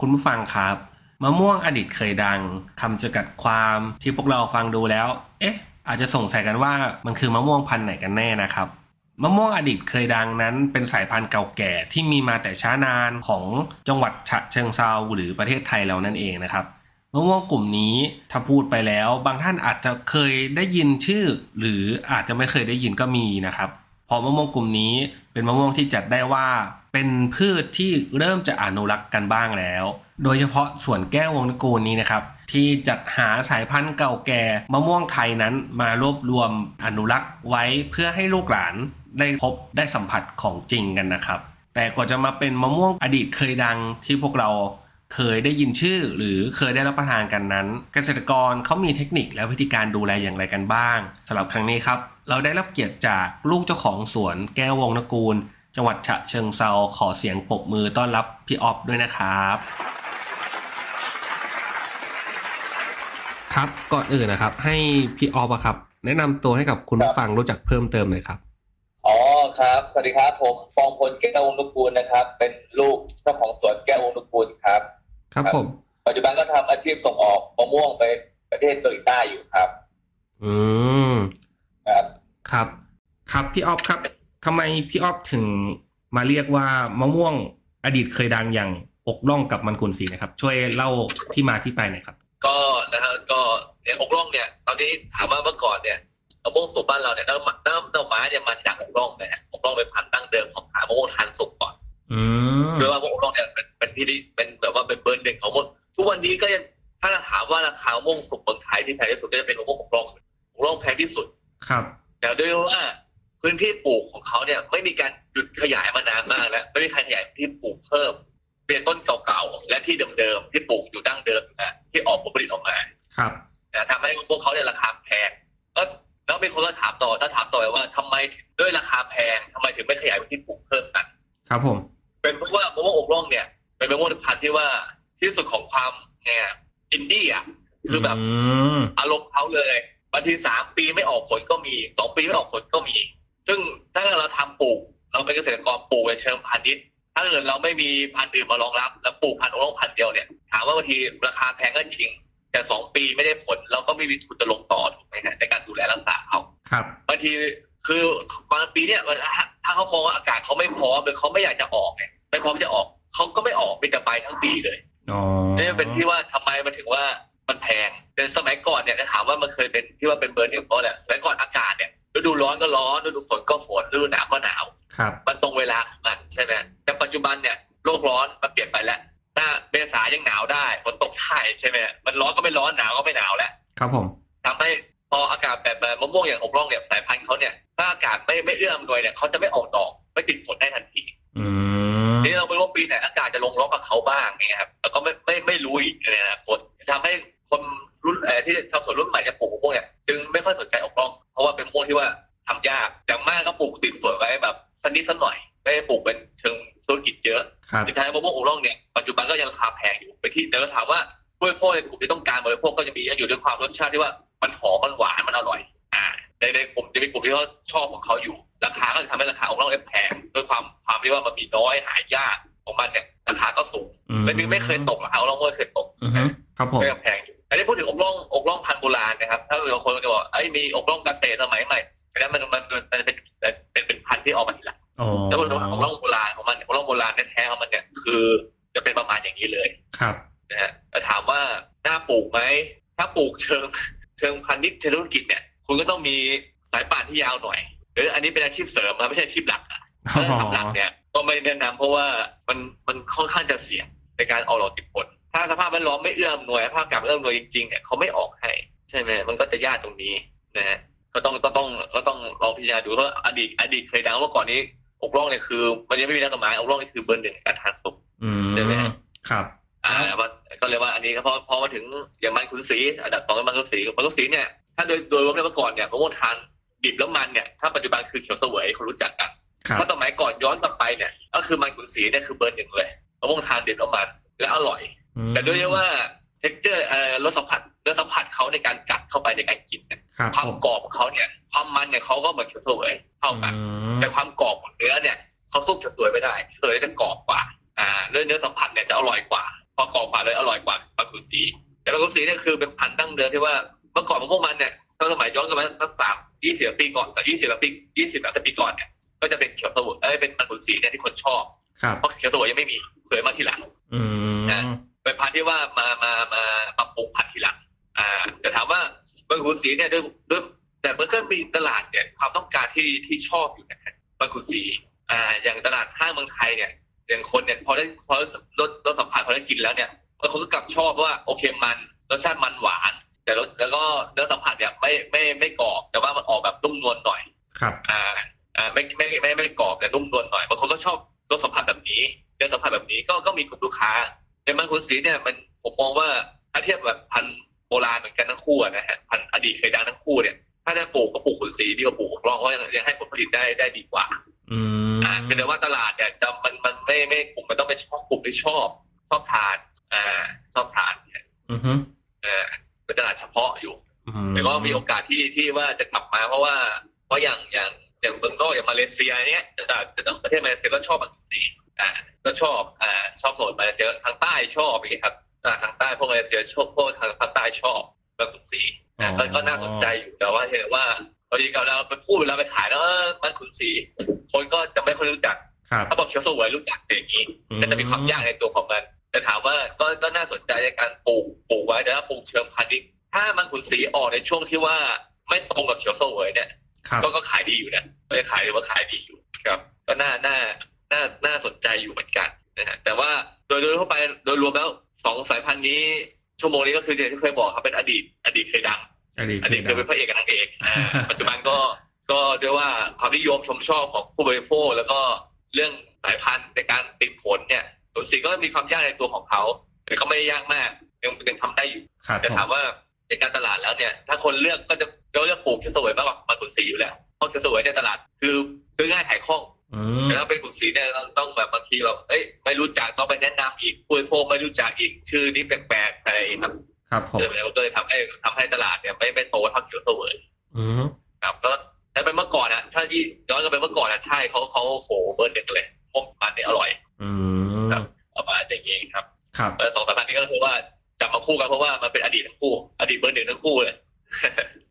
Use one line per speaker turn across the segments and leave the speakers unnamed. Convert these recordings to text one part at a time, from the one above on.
คุณผู้ฟังครับ มะม่วงอดีตเคยดังคำจำกัดความที่พวกเราฟังดูแล้ว เอ๊ะ อาจจะสงสัยกันว่ามันคือมะม่วงพันธุ์ไหนกันแน่นะครับ มะม่วงอดีตเคยดังนั้นเป็นสายพันธุ์เก่าแก่ที่มีมาแต่ช้านานของจังหวัดฉะเชิงเซาหรือประเทศไทยเรานั่นเองนะครับ มะม่วงกลุ่มนี้ถ้าพูดไปแล้ว บางท่านอาจจะเคยได้ยินชื่อ หรืออาจจะไม่เคยได้ยินก็มีนะครับเพราะมะม่วงกลุ่มนี้เป็นมะม่วงที่จัดได้ว่า เป็นพืชที่เริ่มจะอนุรักษ์กันบ้างแล้ว โดยเฉพาะสวนแก้ววงตระกูลนี้นะครับ ที่จัดหาสายพันธุ์เก่าแก่มะม่วงไทยนั้นมารวบรวมอนุรักษ์ไว้เพื่อให้ลูกหลานได้พบได้สัมผัสของจริงกันนะครับ แต่กว่าจะมาเป็นมะม่วงอดีตเคยดังที่พวกเราเคยได้ยินชื่อหรือเคยได้รับประทานกันนั้น เกษตรกรเขามีเทคนิคและวิธีการดูแลอย่างไรกันบ้างสำหรับครั้งนี้ครับ เราได้รับเกียรติจากลูกเจ้าของสวนแก้ววงนกูล จังหวัดฉะเชิงเซาขอเสียงปรบมือต้อนรับพี่ออฟด้วยนะครับ ครับก่อนอื่นนะครับ ให้พี่ออฟอะครับ แนะนำตัวให้กับคุณผู้ฟังรู้จักเพิ่มเติมหน่อยครับ
อ๋อครับ สวัสดีครับผมปองพลแก้ววงศ์นุกูลนะครับ เป็นลูกเจ้าของสวนแก้ววงศ์นุกูลครับ
ครับผม
ปัจจุบันก็ทำอาชีพส่งออกมะม่วงไปประเทศเกาหลีใต้อยู่ครับ
อืม
ครับ
ครับ ครับพี่ออฟครับทำไมพี่ออฟถึงมาเรียกว่ามะม่วงอดีตเคยดังอย่างอกล่องกับมันกุนสีนะครับ ช่วยเล่าที่มาที่ไปหน่อยครับ
ก็นะฮะก็เนี่ยอกร่องเนี่ยตอนนี้ถามว่าเมื่อก่อนเนี่ยมะม่วงสุกบ้านเราเนี่ยน้ำน้ำน้ำไม้เนี่ยมันจากอกร่องนะฮะอกร่องเป็นพันธุ์ตั้งเดิมของขามะม่วงทานสุกก่อน
อืม
ด้วยว่ามะม่วงอกร่องเนี่ยเป็นเป็นที่ดีเป็นแบบว่าเป็นเบอร์หนึ่งของมะทุกวันนี้ก็ยังถ้าเราถามว่าราคามะม่วงสุกเมืองไทยที่แพงที่สุดก็จะเป็นมะม่วงอกร่องอกร่องแพงที่สุด
ครับ
แต่ด้วยว่าพื้นที่ปลูกของเขาเนี่ยไม่มีการหยุดขยายมานานมากแล้วไม่มีใครขยายที่ปลูกเพิ่มเปลี่ยนต้นเก่าๆและที่เดิมๆที่ปลูกอยู่ดั้งเดิมนะที่ออกผลผลิตออกมา
ครับ
นะทำให้พวกเขาเนี่ยราคาแพง แล้วแล้วมีคนก็ถามต่อถ้าถามต่อไปว่าทำไมถึงด้วยราคาแพงทำไมถึงไม่ขยายพื้นที่ปลูกเพิ่มกัน
ครับผม
เป็นเพราะว่ามะม่วงอกร่องเนี่ย เป็นมะม่วงพันธุ์ที่ว่าที่สุดของความไงอะอินดี้อ่ะคือแบบ
อืม
อารมณ์เขาเลยบางทีสามปีไม่ออกผลก็มีสองปีไม่ออกผลก็มี ซึ่งถ้าเราทำปลูก เราเป็นเกษตรกรปลูกในเชิงพาณิชย์ถ้าเกิดเราไม่มีพันธุ์อื่นมารองรับ แล้วปลูกพันธุ์อกร่องพันธุ์เดียวเนี่ยถามว่าบางทีราคาแพงก็จริง แต่สองปีไม่ได้ผลเราก็ไม่มีทุนจะลงต่อถูกไหมฮะในการดูแลรักษาเขา
ครับ
บางทีคือบางปีเนี่ยถ้าเขามองว่าอากาศเขาไม่พร้อมหรือเขาไม่อยากจะออกเนี่ยไม่พร้อมจะออกเขาก็ไม่ออกเป็นแต่ไปทั้งปีเลย
อ๋อ
นี่เป็นที่ว่าทำไมมันถึงว่ามันแพงแต่สมัยก่อนเนี่ยจะถามว่ามันเคยเป็นที่ว่าเป็นเบอร์หนึ่งเพราะแหละไรสมัยก่อนอากาศเนี่ยฤดูร้อนก็ร้อนฤดูฝนก็ฝนฤดูหนาวก็หนาว
ครับ
มันตรงเวลาของมันใช่ไหมแต่ปัจจุบันเนี่ยโลกร้อนมันเปลี่ยนไปแล้วหน้าเมษายังหนาวได้ฝนตกได้ใช่ไหมมันร้อนก็ไม่ร้อนหนาวก็ไม่หนาวแล้ว
ครับผม
ทำให้พออากาศแบบแบบมะม่วงอย่างอกร่องเนี่ยสายพันธุ์เขาเนี่ยถ้าอากาศไม่ไม่เอื้อมหน่วยเนี่ยเขาจะไม่ออกดอกไม่ติดผลได้ทันที
อืม
นี่เราไม่รู้ว่าปีไหนอากาศจะลงล็อกกับเขาบ้างไงครับแล้วก็ไม่ไม่ไม่รู้อีกในอนาคตทำให้คนรุ่นเอ่อที่ชาวสวนรุ่นใหม่จะปลูกมะม่วงเนี่ยจึงไม่ค่อยสนใจอกร่องเพราะว่าเป็นมะม่วงที่ว่าทำยากอย่างมากก็ปลูกติดสวนไว้แบบสักนิดสักหน่อยไม่ได้ปลูกเป็นเชิงธุรกิจเยอะ
ครับ
สุดท้ายมะม่วงอกร่องเนี่ยปัจจุบันก็ยังราคาแพงอยู่ไปที่แต่เราถามว่าผู้บริโภคในกลุ่มที่ต้องการบริโภคก็จะมีอยู่ด้วยความรสชาติที่ว่ามันหอมมันหวานมันอร่อย อ่าในในกลุ่มจะมีกลุ่มที่เขาชอบของเขาอยู่ ราคาก็จะทำให้ราคาอกร่องเนี่ยแพงด้วยความความที่ว่ามันมีน้อยหายากของมันเนี่ยราคาก็สูง
อืม
และนี่ไม่เคยตกราคาอกร่องไม่เคยตก
อือฮึครับผม
ก็ยังแพงอยู่อันนี้พูดถึงอกร่องอกร่องพันธุ์โบราณนะครับถ้าบางคนก็จะบอกไอ้ยมีอกร่องเกษตรสมัยใหม่อันนั้นมันมันมันเป็นเป็นเป็นเป็นพันธุ์ที่ออกมาทีหลัง
อ๋อ
แล้วมันของร่องโบราณของมันเนี่ยของร่องโบราณแท้ๆของมันเนี่ยคือจะเป็นประมาณอย่างนี้เลย
ครับ
นะฮะแต่ถามว่าน่าปลูกไหมถ้าปลูกเชิง เชิงพาณิชย์เชิงธุรกิจเนี่ยคุณก็ต้องมีสายป่านที่ยาวหน่อยหรืออันนี้เป็นอาชีพเสริมนะไม่ใช่อาชีพหลักอะถ้าทำหลักเนี่ยก็ไม่แนะนำเพราะว่ามันมันค่อนข้างจะเสี่ยงใน ในการออกดอกติดผล ถ้าสภาพแวดล้อมไม่เอื้อมหน่วยสภาพอากาศไม่เอื้อมหน่วยจริงๆเนี่ยเขาไม่ออกให้ใช่ไหมมันก็จะยากตรงนี้นะฮะก็ต้องก็ต้องก็ต้องลองพิจารณาดูเพราะอดีตอดีตเคยดังว่าก่อนนี้อกร่องเนี่ยคือ มันยังไม่มีนักกฎหมายอกร่องนี่คือเบอร์หนึ่งในการทานสุข
อืม
ใช่ไหมฮะ
ครับ
อ่าว่าก็เลยว่าอันนี้ก็พอพอมาถึงอย่างมันคุณสีอันดับสองก็มันคุณสีมันคุณสีเนี่ยถ้าโดยโดยรวมในยเมื่อก่อนเนี่ยมะม่วงทานดิบแล้วมันเนี่ยถ้าปัจจุบันคือเขียวเสวยคนรู้จักกัน
ครับ
ถ้าสมัยก่อนย้อนกลับไปเนี่ยก็คือมันขุนศรีเนี่ยคือเบอร์หนึ่งเลยมะม่วงทานเด็ดออกมาและอร่อย แต่ด้วยที่ว่าเท็กเจอร์เอ่อรสสัมผัสรสสัมผัสเขาในการกัดเข้าไปในการกินเนี่ย
ครับ
ความกรอบของเขาเนี่ย ความมันเนี่ยเขาก็เหมือนเขียวเสวยเท่ากัน
อืม
แต่ความกรอบของเนื้อเนี่ยเขาสู้เขียวเสวยไม่ได้เขียวเสวยจะกรอบกว่าอ่าเรื่องเนื้อสัมผัสเนี่ยจะอร่อยกว่า พอกรอบกว่าเลยอร่อยกว่ามันขุนศรีแต่มันขุนศรีเนี่ยคือเป็นพันธุ์ดั้งเดิมที่ว่าเมื่อก่อนพวกมันเนี่ยตั้งสมัยย้อนกลับมาตั้งสามยี่สิบปีก่อนสักยี่สิบปียี่สิบสามสิบปีก่อนเนี่ย ก็จะเป็นเขียวสมุนเอ้ยเป็นมันขุนสีเนี่ยที่คนชอบ
ครับ
เพราะเขียวสมุนยังไม่มีเคยมาทีหลัง
อืม
นะ เป็นพันธุ์ที่ว่ามามามาปรับปรุงพันธุ์ทีหลัง อ่าแต่ถามว่ามันขุนสีเนี่ยด้วยด้วยแต่มันก็มีตลาดเนี่ยความต้องการที่ที่ชอบอยู่นะฮะมันขุนสีอ่า อย่างตลาดห้างเมืองไทยเนี่ยอย่างคนเนี่ยพอได้พอรสรสสัมผัสพอได้กินแล้วเนี่ยบางคนก็กลับชอบว่าโอเคมันรสชาติมันหวาน แต่รสแล้วก็เนื้อสัมผัสเนี่ยไม่ไม่ไม่กรอบแต่ว่ามันออกแบบนุ่มนวลหน่อย
ครับ
อ่าอ่าไม่ไม่ไม่ไม่ไม่กรอบแต่นุ่มนวลหน่อยบางคนก็ชอบรสสัมผัสแบบนี้เนื้อสัมผัสแบบนี้ก็ก็มีกลุ่มลูกค้าในมันคุณสีเนี่ยมันผมมองว่าถ้าเทียบแบบพันธุ์โบราณเหมือนกันทั้งคู่อะนะฮะพันธุ์อดีตเคยดังทั้งคู่เนี่ยถ้าจะปลูกก็ปลูกขุนสีดีกว่าปลูกรองเพราะยังยังให้ผลผลิตได้ได้ดีกว่า
อืม
อ่าเป็นแต่ว่าตลาดเนี่ยจะมันมันไม่ไม่กลุ่มมันต้องเป็นเฉพาะกลุ่มที่ชอบชอบทานอ่าชอบทานเนี่ย
อือฮึ
เออเป็นตลาดเฉพาะอยู่
อื
แต่ก็มีโอกาสที่ที่ว่าจะกลับมาเพราะว่าเพราะอย่างอย่างอย่างเมืองนอกอย่างมาเลเซียเนี้ยจะจะต้องประเทศมาเลเซียก็ชอบอังกฤษอ่าก็ชอบอ่าชอบโซนมาเลเซียทางใต้ชอบอย่างเงี้ยครับอ่าทางใต้พวกมาเลเซียชอบพวกทางภาคใต้ชอบแบบขุนศรีอ่าก็ก็น่าสนใจอยู่แต่ว่าเห็นว่าพอดีกับเราไปพูดเราไปขายแล้วเออมันขุนศรีคนก็จะไม่ค่อยรู้จัก
ครับ
ถ้าบอกเชียวสวยรู้จักแต่อย่างนี้ ก็จะมีความยากในตัวของมัน แต่ถามว่าก็ก็น่าสนใจในการปลูกปลูกไว้แต่ถ้าปลูกเชิงพาณิชย์ถ้ามันขุนสีออกในช่วงที่ว่าไม่ตรงกับเขียวเสวยเนี่ย
ครับ
ก็ก็ขายดีอยู่นะก็จะขายหรือว่าขายดีอยู่ครับ ก็น่าน่าน่าน่าสนใจอยู่เหมือนกันนะฮะแต่ว่าโดยโดยทั่วไปโดยรวมแล้วสองสายพันธุ์นี้ ชั่วโมงนี้ก็คืออย่างที่เคยบอกครับเป็นอดีต อดีตเคยดัง
อันนี้
อัน
คื
นี้
อ
คือเป็นพระเอกกับนางเอกอ่า ปัจจุบันก็ ก็ด้วยว่าความนิยมชมชอบของผู้บริโภค แล้วก็เรื่องสายพันธุ์ในการติดผลเนี่ยตัวสีก็มีความยากในตัวของเขา แต่ก็ไม่ได้ยากมาก ยังยังทำได้อยู่
ครับ
แต่ถามว่าในการตลาดแล้วเนี่ย ถ้าคนเลือกก็จะก็เลือกปลูกเขียวสวยมากกว่ามันขุนสีอยู่แล้ว เพราะเขียวสวยในตลาดคือซื้อง่ายขายคล่อง
อืม
แต่ถ้าเป็นขุนศรีเนี่ยต้องต้องแบบบางทีแบบเอ้ยไม่รู้จักต้องไปแนะนำอีกผู้บริโภคไม่รู้จักอีกชื่อนี้แปลกๆอะไรครับ
ครับผม
เจอแล้วก็เลยทำให้ทำให้ตลาดเนี่ยไม่ไม่โตเท่าเขียวเสวย
อืม
ครับก็ถ้าเป็นเมื่อก่อนนะถ้าที่ย้อนกลับไปเมื่อก่อนนะใช่เขาเขาโหเบิร์นเด็กเลยพวกมันเนี่ยอร่อย
อืม
ประมาณอย่างนี้ครับ
ครับ
แต่สองสามพันนี้ก็คือว่าจับมาคู่กันเพราะว่ามันเป็นอดีตทั้งคู่ อดีตเบอร์หนึ่งทั้งคู่เลย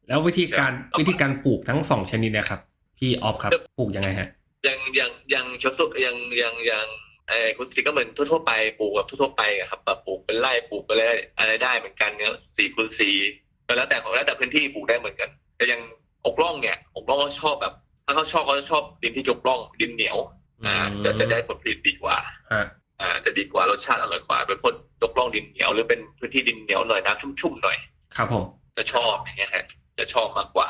แล้ววิธีการ
ครับ
วิธีการปลูกทั้งสองชนิดเนะครับ พี่ออฟครับปลูกยังไงฮะ
ยังยังยังเชยวสุยังยังยังเออคุณสีก็เหมือนทั่วๆไปปลูกแบบทั่วๆไปอะครับแบบปลูกเป็นไร่ปลูกอะไรอะไรได้เหมือนกันเนี่ยสี่คูณสี่ก็แล้วแต่ของแล้วแต่พื้นที่ปลูกได้เหมือนกัน แต่ยังอกร่องเนี่ยอกร่องก็ชอบแบบ ถ้าเขาชอบเขาจะชอบดินที่ยกร่องดินเหนียวอ่าจะจะได้ผลผลิตดีกว่า
ฮะ
อ่าจะดีกว่ารสชาติอร่อยกว่าเป็นพวกยกล่องดินเหนียวหรือเป็นพื้นที่ดินเหนียวหน่อยน้ำชุ่มๆหน่อย
ครับผม
จะชอบอย่างเงี้ยฮะจะชอบมากกว่า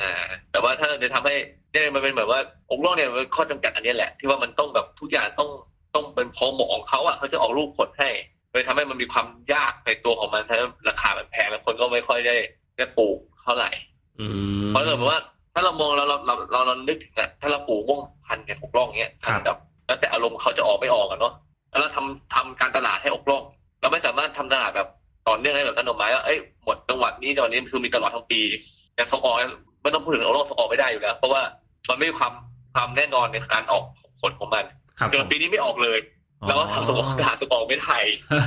อ่าแต่ว่าถ้าจะทำให้เนี่ยมันเป็นแบบว่าอกล่องเนี่ยมันข้อจำกัดอันนี้แหละ ที่ว่ามันต้องแบบทุกอย่างต้องต้องเป็นพอเหมาะของเขาอ่ะเขาจะออกรูปผลให้เลยทำให้มันมีความยากในตัวของมันทำให้ราคามันแพงแล้วคนก็ไม่ค่อยได้ได้ปลูกเท่าไหร่
อืม
เพราะเราแบบว่าถ้าเรามองเราเราเราเราเรานึกถึงอะถ้าเราปลูกม่วงพันธุ์เนี่ยอกร่องเนี้ย
ครับ
แบบแล้วแต่อารมณ์เขาจะออกไม่ออกกันเนาะแล้วเราทำทำการตลาดให้อกร่อง เราไม่สามารถทำตลาดแบบต่อเนื่องได้แบบนั้นออกมาว่าเอ้ยหมดจังหวัดนี้จังหวัดนี้คือมีตลอดทั้งปีอย่างส่งออกเนี่ยไม่ต้องพูดถึงอกร่องส่งออกไม่ได้อยู่แล้ว เพราะว่ามันไม่มีความความแน่นอนในการออกผลของมัน
ครับ
เกิดปีนี้ไม่ออกเลย แล้วก็ทำส่งออกตลาดส่งออกไม่ไทย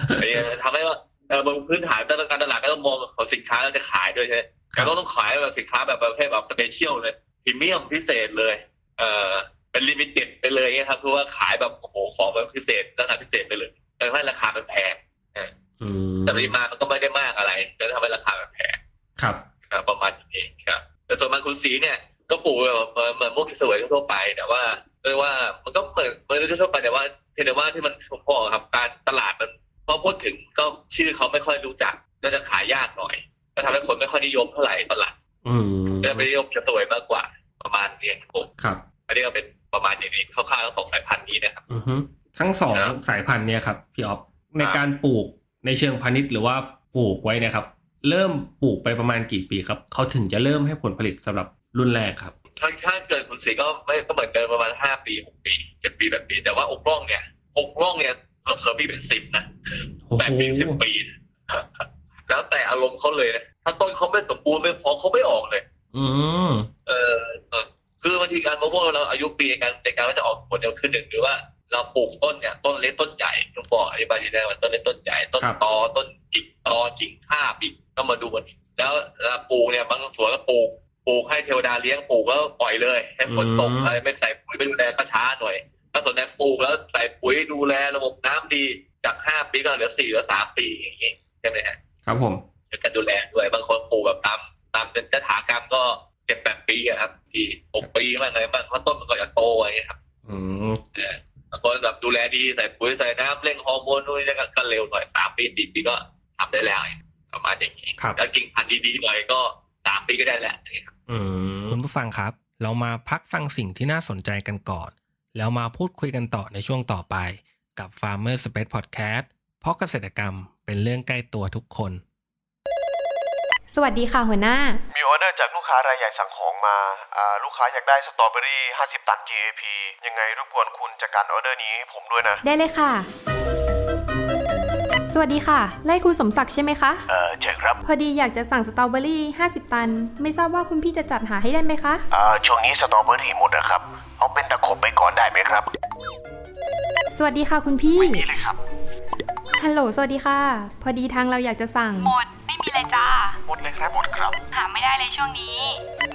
อะไรเงี้ยทำให้ว่าเออบนพื้นฐานการตลาดก็ต้องมองของสินค้าเราจะขายด้วยใช่ไหมแต่ก็ต้องขายแบบสินค้าแบบประเภทแบบสเปเชียลเลยพรีเมียมพิเศษเลย เออเป็นลิมิเต็ดไปเลยเงี้ยครับคือว่าขายแบบโอ้โหของแบบพิเศษราคาพิเศษไปเลยแต่ให้ราคามันแพง
อืม
แต่ปริมาณมันก็ไม่ได้มากอะไรก็ทำให้ราคามันแพง
ครับ
ครับประมาณนี้ครับ แต่ส่วนมันคุณสีเนี่ยก็ปลูกแบบเหมือนพวกสวยทั่วๆไป แต่ว่าเรียกว่ามันก็เหมือนเหมือนทั่วๆไปแต่ว่าเพียงแต่ว่าที่มันผมบอกครับการตลาดมัน อพูดถึงก็ชื่อเขาไม่ค่อยรู้จักก็จะขายยากหน่อย ก็ทำให้คนไม่ค่อยนิยมเท่าไหร่ตอนหลัง
อืม
ก็จะไปนิยมจะสวยมากกว่าประมาณนี้ครับผม
ครับ
อันนี้ก็เป็นประมาณอย่างนี้คร่าวๆทั้งสองสายพันธุ์นี้นะครับ
อือฮึทั้งสอง
ครับ
สายพันธุ์เนี่ยครับพี่ออฟใน
ครับ
การปลูกในเชิงพาณิชย์หรือว่าปลูกไว้เนะครับ เริ่มปลูกไปประมาณกี่ปีครับเขาถึงจะเริ่มให้ผลผลิตสำหรับรุ่นแรกครับ
ถ้าถ้าเกิดคุณสีก็ไม่ก็เหมือนเดิมประมาณห้าปีหกปีเจ็ดปีแบบนี้แต่ว่าอกร่องเนี่ยอกร่องเนี่ยเพิ่มเพิ่มปีเป็นสิบนะ
โอ้
แป
โห
ดปีสิบปี นะแล้วแต่อารมณ์เขาเลยนะถ้าต้นเขาไม่สมบูรณ์ไม่พอเขาไม่ออกเลย
อืม
เออเออคือบางทีการมะม่วงเราอายุปีในการในการว่าจะออกผลเดียวขึ้นหนึ่งหรือว่าเราปลูกต้นเนี่ยต้นเล็กต้นใหญ่ต้องบอกไอ้บาลีแดงมันต้นเล็กต้นใหญ่ต้นตอต้นจิกตอจิงข้าบิกก็มาดูมันอีกแล้วเราปลูกเนี่ยบางสวนก็ปลูกปลูกให้เทวดาเลี้ยงปลูกแล้วปล่อยเลยให้ฝนตกอะไรไม่ใส่ปุ๋ยไม่ดูแลก็ช้าหน่อย ถ้าสวนไหนปลูกแล้วใส่ปุ๋ยดูแลระบบน้ำดีจากห้าปีก็เหลือสี่เหลือสามปีอย่างงี้ใช่ไหมฮะ
ครับผม
ช่วยกันดูแลด้วยบางคนปลูกแบบตามตามเป็นกระถากรรมก็เจ็ดแปดปีอะครับที่หกปีบ้างอะไรบ้างเพราะต้นมันก็จะโตอะไรอย่างเงี้ยครับ
อืม
บางคนแบบดูแลดีใส่ปุ๋ยใส่น้ำเร่งฮอร์โมนด้วยแล้วก็ก็เร็วหน่อยสามปีสี่ปีก็ทำได้แล้วประมาณอย่างนี้
ครับ
แล้วกิ่งพันธุ์ดีๆหน่อยก็สามปีก็ได้แล้วอย่างเงี้ยครับ
อืมคุณผู้ฟังครับ เรามาพักฟังสิ่งที่น่าสนใจกันก่อน แล้วมาพูดคุยกันต่อในช่วงต่อไป กับ Farmer Space Podcast เพราะเกษตรกรรมเป็นเรื่องใกล้ตัวทุกคน
สวัสดีค่ะหัวหน้า
มีออเดอร์จากลูกค้ารายใหญ่สั่งของมาอ่าลูกค้าอยากได้สตรอเบอรี่ 50 ตัน GAP ยังไงรบกวนคุณจัดการออเดอร์นี้ให้ผมด้วยนะ
ได้เลยค่ะ สวัสดีค่ะ ไล่คุณสมศักดิ์ใช่ไหมคะ
เออใช่ครับ
พอดีอยากจะสั่งสตรอเบอรี่ 50 ตัน ไม่ทราบว่าคุณพี่จะจัดหาให้ได้ไหมคะ
อ่าช่วงนี้สตรอเบอรี่หมดนะครับ เอาเป็นตะขบไปก่อนได้ไหมครับ
สวัสดีค่ะคุณพี่
นี่เลยครับ
ฮัลโหล สวัสดีค่ะ พอดีทางเราอยากจะสั่ง
หมด ไม่มีเลยจ้า
หมดเลยครับ หมดครับ
หาไม่ได้เลยช่วงนี้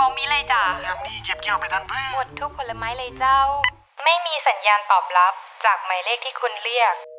บอมมีเลยจ้า
ยามนี้เก็บเกี่ยวไปทันเพื่อ
หมดทุกผลไม้เลยเจ้า ไม่มีสัญญาณตอบรับ จากหมายเลขที่คุณเรียก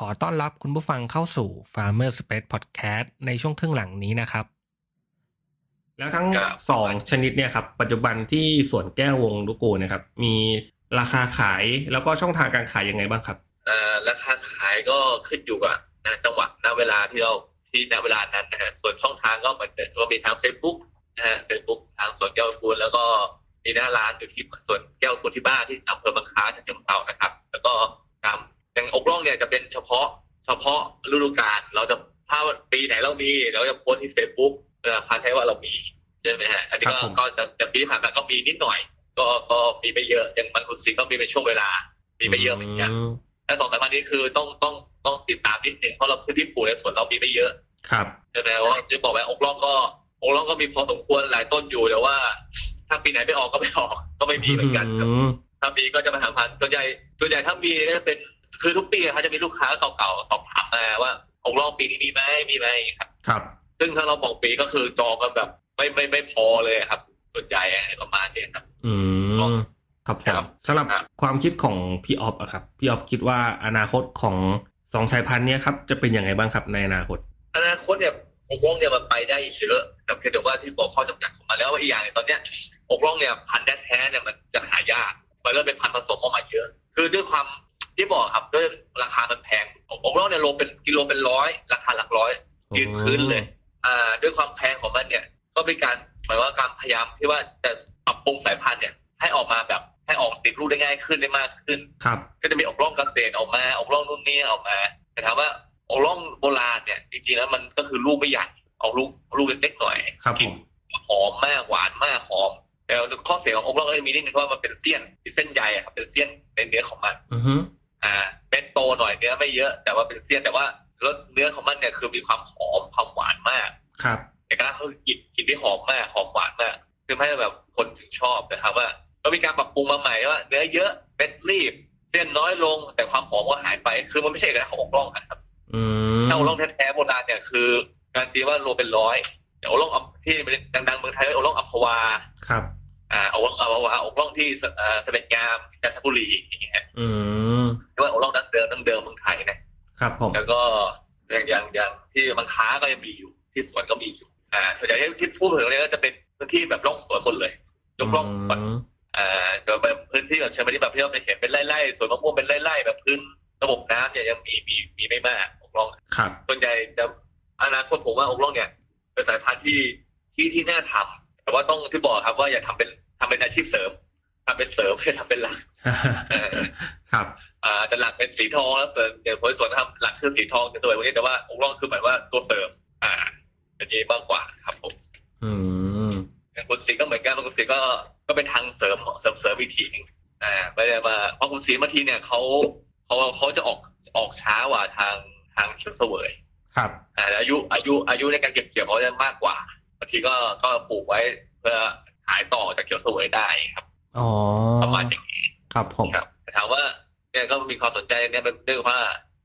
ขอต้อนรับคุณผู้ฟังเข้าสู่ Farmer Space Podcast ในช่วงครึ่งหลังนี้นะครับ แล้วทั้งสองชนิดเนี่ยครับ ปัจจุบันที่สวนแก้ววงลูกูนะครับ มีราคาขายแล้วก็ช่องทางการขายยังไงบ้างครับ
เอ่อราคาขายก็ขึ้นอยู่กับณจังหวะณเวลาที่เราที่ณเวลานั้นนะฮะส่วนช่องทางก็เหมือนเดิมก็มีทาง Facebook นะฮะ Facebook ทางสวนแก้วคูณแล้วก็มีหน้าร้านอยู่ที่สวนแก้วคูณที่บ้านที่อำเภอบางคล้าฉะเชิงเทรานะครับ แล้วก็ตามอย่างอกล่องเนี่ยจะเป็นเฉพาะ เฉพาะฤดูกาลเราจะถ้าปีไหนเรามีเราจะโพสต์ที่ Facebook เอ่อพาใช้ว่าเรามีใช่ไหมฮะอันนี้
ค
ก็
รับผม
ก็จะแต่ปีที่ผ่านมาก็มีนิดหน่อย ก็ก็มีไม่เยอะอย่างบางคนสีก็มีเป็นช่วงเวลา มีไม่เยอะเหมือนกัน
ม
ถ้าสองสามวันนี้คือต้องต้องต้องติดตามนิดนึงเพราะเราพื้นที่ปลูกในสวนเรามีไม่เยอะ
ครับ
ใช่ไหมว่าจะบอกไว้อกล่องก็อกล่องก็มีพอสมควรหลายต้นอยู่แต่ว่า ถ้าปีไหนไม่ออกก็ไม่ออก ก็ไม่มีเหมือนกันครับ
อืม
ถ้ามีก็จะมาถามพันธุ์ส่วนใหญ่ส่วนใหญ่ถ้ามีก็จะเป็นคือทุกปีเขาจะมีลูกค้าเก่าๆสอบถามมาว่าอกล่องปีนี้มีไหมมีไหมครับ
ครับ
ซึ่งถ้าเราบอกปีก็คือจองกันแบบไม่ไม่ไม่พอเลยครับ ส่วนใหญ่ประมาณเนี้ยครับ
อืมครับผ
ครั
ม
บ
สำหรับ
ครับ
ความคิดของพี่ออฟอะครับพี่ออฟคิดว่าอนาคตของสองสายพันธุ์เนี่ยครับจะเป็นยังไงบ้างครับในอนาคต
อนาคตเนี่ยอกล่องเนี่ยมันไปได้อีกเยอะแต่เพียงแต่ว่าที่บอกข้อจำกัดของมันแล้วว่าอีกอย่างหนึ่งตอนเนี้ยอกล่องเนี่ยพันธุ์แท้ๆเนี่ยมันจะหายากมันเริ่มเป็นพันธุ์ผสมออกมาเยอะ คือด้วยความที่บอกครับด้วยราคามันแพงอกล่องเนี่ยโลเป็นกิโลเป็นร้อยราคาหลักร้อย ยืนพื้นเลย อ่า ด้วยความแพงของมันเนี่ย ก็เป็นการหมายว่าการพยายามที่ว่าจะปรับปรุงสายพันธุ์เนี่ยให้ออกมาแบบให้ออกติดลูกได้ง่ายขึ้นได้มากขึ้น
ครับ
ก็จะมีอกล่องเกษตรออกมาอกล่องนู่นนี่ออกมาแต่ถามว่าอกล่องโบราณเนี่ยจริงๆแล้วมันก็คือลูกไม่ใหญ่เอาลูกลูกเล็กๆหน่อย
ครับผ
กิน
ม
หอมมากหวานมากหอม แต่ข้อเสียของอกล่องก็จะมีนิดนึงว่ามันเป็นเสี้ยนเป็นเส้นใยอะครับเป็นเสี้ยนในเนื้อของมัน
อือฮึ
อ่าเป็นโตหน่อยเนื้อไม่เยอะ แต่ว่าเป็นเสี้ยนแต่ว่ารสเนื้อของมันเนี่ยคือมีความหอมความหวานมาก
ครับ
เอกลักษณ์เขาคือกลิ่นกลิ่นที่หอมมากหอมหวานมากทำให้แบบคนถึงชอบนะครับว่าก็มีการปรับปรุงมาใหม่ว่าเนื้อเยอะเม็ดรีบ เรียนน้อยลงแต่ความหอมก็หายไป คือมันไม่ใช่เอกลักษณ์ของอกล่องนะครับ
อืม
ถ้าอกล่องแท้ๆโบราณเนี่ยคือการนตีว่าโลเป็นร้อยอย่างอกล่องอัมที่ดังๆเมืองไทยเรียกอกล่องอัมพวา
ครับ
อ่าอกล่องอัมพวาอกล่องที่เอ่อเสม็ดงามจันทบุรีอย่างเงี้ยฮะ
อืม
เรียกว่าอกล่องดั้งเดิมดั้งเดิมเมืองไทยนะ
ครับผม
แล้วก็อย่างอย่างอย่างที่บางค้าก็ยังมีอยู่ที่สวนก็มีอยู่ อ่าส่วนใหญ่ที่ที่พูดถึงเนี่ยก็จะเป็นพื้นที่แบบร่องสวนหมดเลยยกร่องสวน
อืม
อ่าแต่แบบพื้นที่แบบเชิงปฏิบัติที่เราไปเห็นเป็นไร่ๆสวนมะม่วงเป็นไร่ๆแบบพื้นระบบน้ำเนี่ยยังมีมีมีไม่มากอกร่อง
ครับ
ส่วนใหญ่จะอนาคตผมว่าอกร่องเนี่ยเป็นสายพันธุ์ที่ที่ที่น่าทำแต่ว่าต้องที่บอกครับว่าอย่าทำเป็นทำเป็นอาชีพเสริมทำเป็นเสริมไม่ ทำเป็นหลัก
ครับ
อ่าจะหลักเป็นสีทองแล้วเสริมเดี๋ยวผมจะสวนทำหลักคือสีทองจะสวยกว่านี้แต่ว่าองค์ร่องคือหมายว่าตัวเสริม อ่าอย่างนี้มากกว่าครับผม
อืม
อย่างคุณสีก็เหมือนกันคุณสีก็ก็เป็นทางเสริมเสริมเสริมวิธีหนึ่งอ่าไม่ได้มาเพราะคุณสีบางทีเนี่ยเขาเขาเขาจะออกออกช้ากว่าทางทางเขียวเสวย
ครับ
อ่าอายุอายุอายุในการเก็บเกี่ยวเขาจะมากกว่าบางทีก็ก็ปลูกไว้เพื่อขายต่อจากเขียวเสวยได้ครับ
อ๋อ
ประมาณอย่างนี้
ครับผม
ครับแต่ถามว่าเนี่ยก็มีความสนใจเนี่ยมันเนื่องว่า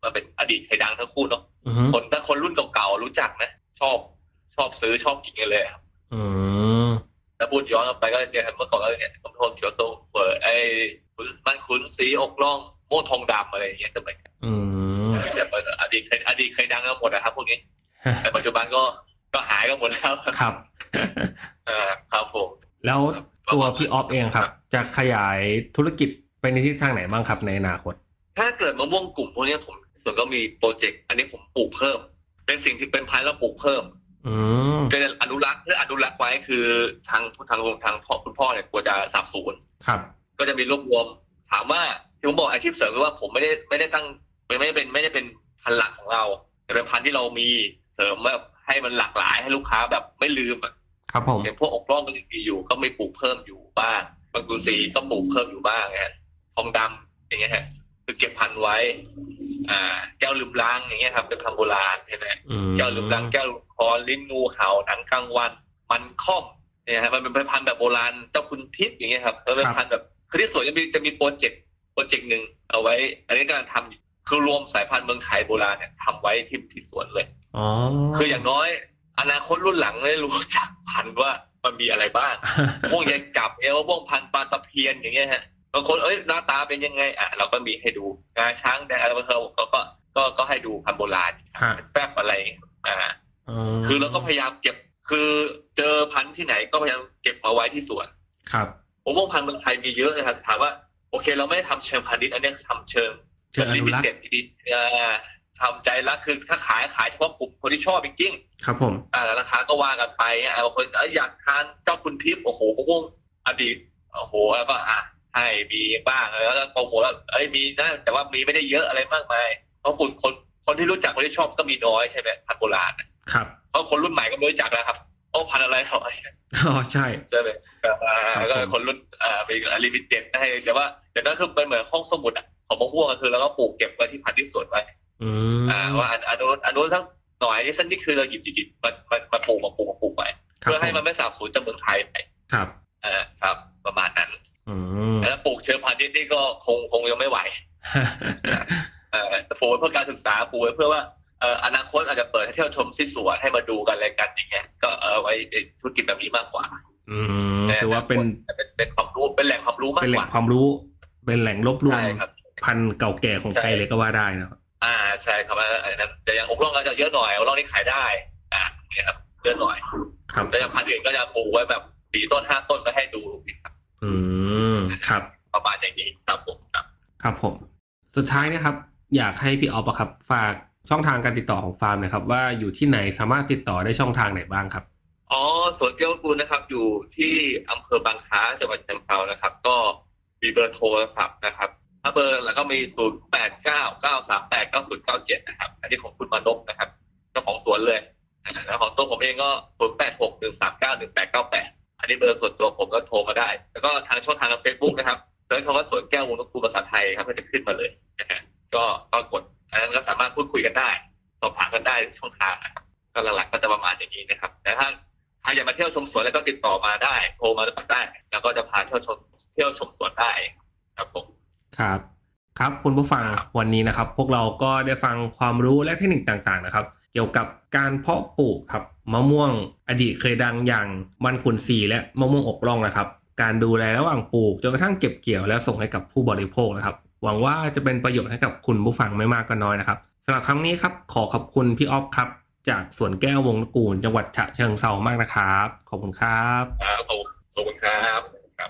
มันเป็นอดีตไทยดังทั้งคู่เนาะ
อือฮึ
คนถ้าคนรุ่นเก่าๆรู้จักนะ ชอบชอบซื้อชอบกินกันเลยครับ
อืม
ถ้าพูดย้อนกลับไปก็เนี่ยเมื่อก่อนก็เนี่ยผมโทนเขียวโซ่เปิดไอ้ขุนมันขุนสีอกล่องโม่ทองดำอะไรอย่างเงี้ยสมัยก่อน
อืม
แต่ว่าอดีตเคยอดีตเคยดังกันหมดนะครับพวกนี้แต่ปัจจุบันก็ก็หายกันหมดแล้ว
ครับ
เออครับผม
แล้วตัวพี่ออฟเองครับ จะขยายธุรกิจไปในทิศทางไหนบ้างครับในอนาคต
ถ้าเกิดมะม่วงกลุ่มพวกเนี้ยผมส่วนก็มีโปรเจกต์อันนี้ผมปลูกเพิ่ม เป็นสิ่งที่เป็นพันธุ์แล้วปลูกเพิ่ม
อืม
เป็นอนุรักษ์เพื่ออนุรักษ์ไว้คือทางทางทางพ่อคุณพ่อเนี่ยกลัวจะสับสูญ
ครับ
ก็จะมีรวบรวม ถามว่าที่ผมบอกอาชีพเสริมคือว่าผมไม่ได้ไม่ได้ตั้งไม่ไม่ได้เป็นไม่ได้เป็นพันหลักของเรา แต่เป็นพันที่เรามีเสริมแบบให้มันหลากหลายให้ลูกค้าแบบไม่ลืมอะ
ครับผม
อย่างพวกอกร่องก็ยังมีอยู่ ก็มีปลูกเพิ่มอยู่บ้างบางกุนซีก็ปลูกเพิ่มอยู่บ้างฮะทองดำอย่างเงี้ยฮะคือเก็บพันธุ์ไว้ อ่า แก้วลืมล้างอย่างเงี้ยครับเป็นพันธุ์โบราณใช่ไหม
อืม
แก้วลืมลังแก้วลืมคอลิ้นงูเห่าหนังกลางวัน มันค่อมเนี่ยฮะมันเป็นพันธุ์แบบโบราณเจ้าคุณทิพย์อย่างเงี้ยครับเออเป็นพันธุ์แบบคือที่สวนจะมีจะมีโปรเจกต์โปรเจกต์หนึ่งเอาไว้ อันนี้กำลังทำอยู่คือรวมสายพันธุ์เมืองไทยโบราณเนี่ยทำไว้ที่ที่สวนเลย
อ๋อ
คืออย่างน้อย อนาคตรุ่นหลังได้รู้จักพันธุ์ว่ามันมีอะไรบ้าง พวกยายกับเอวพวกพันธุ์ปลาตะเพียนอย่างเงี้ยฮะบางคนเอ้ยหน้าตาเป็นยังไงอ่ะเราก็มีให้ดูงาช้างแดงอะไรบางทีเขาก็ก็ก็ให้ดูพันธุ์โบราณ
ฮะ
แฟบอะไรอ่า
ม
คือเราก็พยายามเก็บ คือเจอพันธุ์ที่ไหนก็พยายามเก็บมาไว้ที่สวน
ครับ
ผมว่าพันธุ์เมืองไทยมีเยอะนะครับถามว่าโอเคเราไม่ได้ทำเชิงพาณิชย์อันนี้ทำเชิง
เชิงอนุรักษ์
เด็ดดีทำใจรักคือถ้าขายขายเฉพาะกลุ่มคนที่ชอบจริง
ครับผม
ๆอ่าแล้วราคาก็ว่ากันไปอ่ะบางคนเอ้ยอยากทานเจ้าคุณทิพย์โอ้โหมะม่วงอดีตโอ้โหแล้วก็อ่ะให้มีบ้างแล้วก็โปรโมทแล้วเอ้ยมีนะแต่ว่ามีไม่ได้เยอะอะไรมากมายเพราะคนคนคนที่รู้จักคนที่ชอบก็มีน้อยใช่ไหมพันธุ์โบราณ
ครับ
เพราะคนรุ่นใหม่ก็ไม่รู้จักแล้วครับโอ้พันอะไรเขา
อ๋อใช่
ใช่ไหมครับอ่า
ครับ
ก็คนรุ่นอ่าเป็นลิมิเต็ดให้แต่ว่าเดี๋ยวนั้นคือเป็นเหมือนห้องสมุดอะของมะม่วงก็คือเราก็ปลูกเก็บไว้ที่พันธุ์ที่สวนไว้
อืม
อ่าว่าอันอันนู้นอันนู้นสักหน่อยนี่สักนิดคือเราหยิบหยิบหยิบมันมันมาปลูกมาปลูกมาปลูกไว้
ครั
เพื่
บ
อให้
ผ
มันไม่สาบสูญจากเมืองไทยไป
ครับ
อ่าครับ ประมาณนั้น
อืม
แล้วปลูกเชิงพันธุ์นี่ก็คงคงยังไม่ไหว เอ่อปลูกไว้เพื่อการศึกษาปลูกไว้เพื่อว่าเอ่ออนาคตอาจจะเปิดให้เที่ยวชมที่สวนให้มาดูกันอะไรกันอย่างเงี้ยก็เออไว้ธุรกิจแบบนี้มากกว่า
อืมถือว่าเป็น
แต่เป็นเป็นความรู้เป็นแหล่งความรู้มา
เป็น
ก
แห
ก
ล่
ว่าง
ความรู้ เป็นแหล่งรวบรวม
ใช่ครับ
พันธุ์เก่าแก่ของ
ใช่
ไทยเลยก็ว่าได้นะครับ
อ่าใช่ครับอันนั้นแต่อย่างอกล่องก็จะเยอะหน่อยอกล่องนี่ขายได้ อ่าเนี่ยครับเยอะหน่อย
ครับ
แต่อย่างพันธุ์อื่นก็จะปลูกไว้แบบสี่ต้นห้าต้นมาให้ดูครับ
อืมครับ
ประมาณอย่างนี้ครับผมครับ
ครับผม สุดท้ายนะครับ อยากให้พี่ออฟอะครับ ฝากช่องทางการติดต่อของฟาร์มหนะครับ ว่าอยู่ที่ไหนสามารถติดต่อได้ช่องทางไหนบ้างครับ
อ๋อสวนเกี้ยวกูลนะครับ อยู่ที่อำเภอบางคล้าจังหวัดเชียงเซานะครับ ก็มีเบอร์โทรศัพท์นะครับ ถ้าเบอร์แล้วก็มีศูนย์แปดเก้าเก้าสามแปดเก้าศูนย์เก้าเจ็ดนะครับ อันนี้ของคุณมานพนะครับเจ้าของสวนเลยอ่าแล้วของตัวผมเองก็ศูนย์แปดหกหนึ่งสามเก้าหนึ่งแปดเก้าแปด อันนี้เบอร์ส่วนตัวผมก็โทรมาได้ แล้วก็ทางช่องทางเฟซบุ๊กนะครับเซิร์ชคำว่าสวนแก้ววงนกคูภาษาไทยครับก็จะขึ้นมาเลยนะฮะก็ก็กดอันนั้นก็สามารถพูดคุยกันได้ สอบถามกันได้ทุกช่องทางนะครับก็หลักๆก็จะประมาณอย่างนี้นะครับ แต่ถ้าใครอยากมาเที่ยวชมสวนแล้วก็ติดต่อมาได้ โทรมาได้ แล้วก็จะพาเที่ยวชมเที่ยวชมสวนได้ครับผม
ครับ ครับคุณผู้ฟังวันนี้นะครับ พวกเราก็ได้ฟังความรู้และเทคนิคต่างๆนะครับ เกี่ยวกับการเพาะปลูกครับมะม่วงอดีตเคยดังอย่างมันขุนสีและมะม่วงอกร่องนะครับ การดูแลระหว่างปลูกจนกระทั่งเก็บเกี่ยวและส่งให้กับผู้บริโภคนะครับ หวังว่าจะเป็นประโยชน์ให้กับคุณผู้ฟังไม่มากก็น้อยนะครับสำหรับครั้งนี้ครับขอขอบคุณพี่ออฟครับ จากสวนแก้ววงตระกูล จังหวัดฉะเชิงเซามากนะครับ ขอบคุณครับ
ครับขอบคุณขอบคุณครับครับ